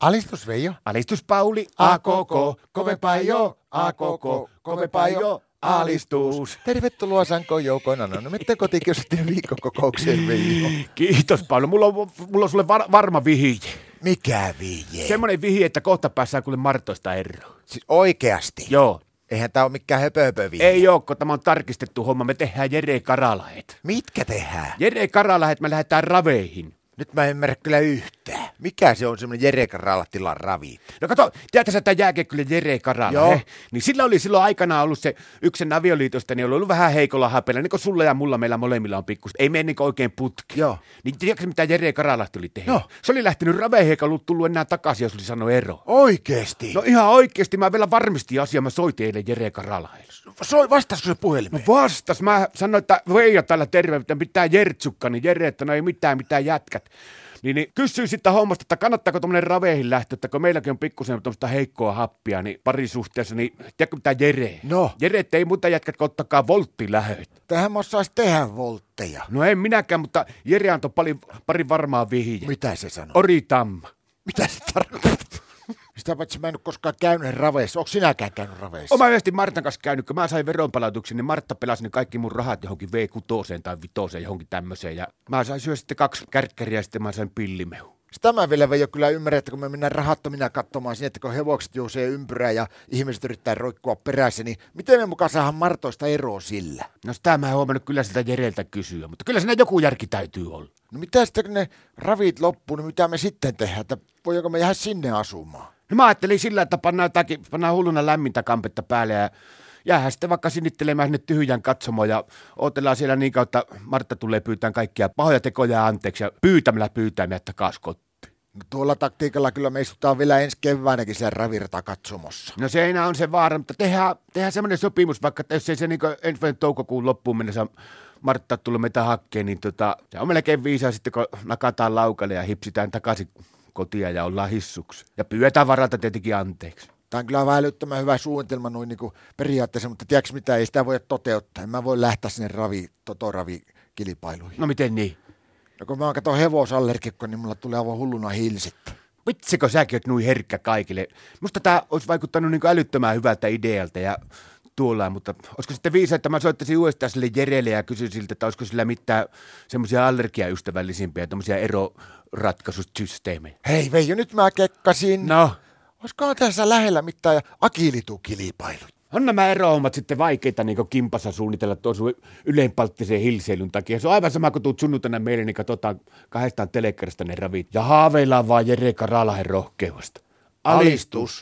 Alistus Veijo. Alistus Pauli, A koko, kovempaa jo, A koko, kovempaa jo, alistus. Tervetuloa Sanko Joukoina. No miten kotikiusattiin viikkokokoukseen Veijo? Kiitos Pauli, mulla on, mulla on sulle var, varma vihje. Mikä vihje? Semmoinen vihje, että kohta päässään kuule Martoista eroon. Siis oikeasti? Joo. Eihän tää ole mikään höpö, höpö vihje. Ei oo, kun tämä on tarkistettu homma. Me tehdään Jere Karalahet. Mitkä tehdään? Jere Karalahet, me lähdetään raveihin. Nyt mä en ymmärrä kyllä yhtään. Mikä se on semmoinen Jere Karala tilan ravi? No kato, tiedätkö sä, tämä jääkekkylä Jere Karala, Joo. he? niin sillä oli silloin aikana ollut se yksen avioliitosta, niin oli ollut vähän heikolla hapella, niin kuin sulla ja mulla meillä molemmilla on pikkus. Ei mene niin oikein putki. Joo. Niin tiedätkö mitä Jere Karala oli tehnyt? No. Se oli lähtenyt raveihin eikä ollut tullut enää takaisin, jos oli sanonut ero. Oikeesti? No ihan oikeasti, mä vielä varmistin asiaa, mä soitin eilen Jere Karalaille. soi, vastasko se No puhelimeen? vastas, mä sanoin, että Veijo täällä terve, että pitää jertsukka, niin Jere, että no ei mitään, mitään jätkät. Niin, niin kysyin sitten hommasta, että kannattaako tuommoinen raveihin lähtö, että kun meilläkin on pikkusen tuommoista heikkoa happia, niin parisuhteessa, niin tiedätkö mitä Jere? No. Jere, että ei muuta jätkät, kun ottakaa voltti lähet. Tähän mä osais tehdä voltteja. No en minäkään, mutta Jere antoi pari, pari varmaa vihjeä. Mitä se sanoo? Oritamma. Mitä se tarkoittaa? Sitä paitsi mä en ole koskaan käynyt raveissa. Onko sinäkään käynyt raveissa? Oon mä yhdesti Martan kanssa käynyt, kun mä sain veronpalautuksen, niin Martta pelasi ne kaikki mun rahat johonkin V6 tai 5 johonkin tämmöiseen. Ja mä sain syö sitten kaksi kärkkäriä ja sitten mä sain pillimehu. Sitä mä vielä Veijo kyllä ymmärrän, että kun me mennään rahattomina katsomaan sinne, että kun hevokset juosee ympyrää ja ihmiset yrittää roikkua perässä, niin miten me mukaan saadaan Martoista eroon sillä? No sitä mä en huomannut kyllä sitä Jereltä kysyä, mutta kyllä siinä joku järki täytyy olla. No mitä sitten kun ne ravit loppuu, niin mitä me sitten tehdään? Että voidaanko me jäädä sinne asumaan? No mä ajattelin sillä, että pannaan, jotakin, pannaan hulluna lämmintä kampetta päälle ja jäähän sitten vaikka sinnittelemään sinne tyhjän katsomoon ja otellaan siellä niin kautta, Martta tulee pyytämään kaikkia pahoja tekoja anteeksi ja pyytämällä pyytämällä, että kaskot. No tuolla taktiikalla kyllä me istutaan vielä ensi keväänäkin siellä ravirta katsomossa. No se enää on se vaara, mutta tehdään, tehdään semmoinen sopimus, vaikka että jos ei se niin ensi vuoden toukokuun loppuun mennessä Martta tulee meitä hakkeen, niin tota, se on melkein viisaa sitten, kun nakataan laukalle ja hipsitään takaisin kotia ja ollaan hissuksi. Ja pyydetään varalta tietenkin anteeksi. Tämä on kyllä välyttömän hyvä suunnitelma noin niin kuin periaatteessa, mutta tiedätkö mitä, ei sitä voi toteuttaa. En Mä voi lähteä sinne ravi, totoravi kilpailuihin. No miten niin? No kun mä katson hevosallergikko, niin mulla tulee aivan hulluna hilsittä. Vitsikö säkin oot nuin herkkä kaikille? Musta tää olisi vaikuttanut niin älyttömän hyvältä idealta ja tuolla, mutta olisiko sitten viisa, että mä soittaisin uudestaan sille Jerelle ja kysyisin siltä, että olisiko sillä mitään semmoisia allergiaystävällisimpiä, tämmöisiä eroratkaisusysteemejä. Hei Veijo, nyt mä kekkasin. No. No, Olisikohan tässä lähellä mitään akilitukilpailut? on nämä erohommat sitten vaikeita niin kimpassa suunnitella tuon sun ylenpalttisen hilseilyn takia. Se on aivan sama, kun tuut sunnuntaina meille, niin katsotaan kahdestaan telekkarista ne ravit. Ja haaveillaan vaan Jere Karalahen rohkeudesta. Alistus.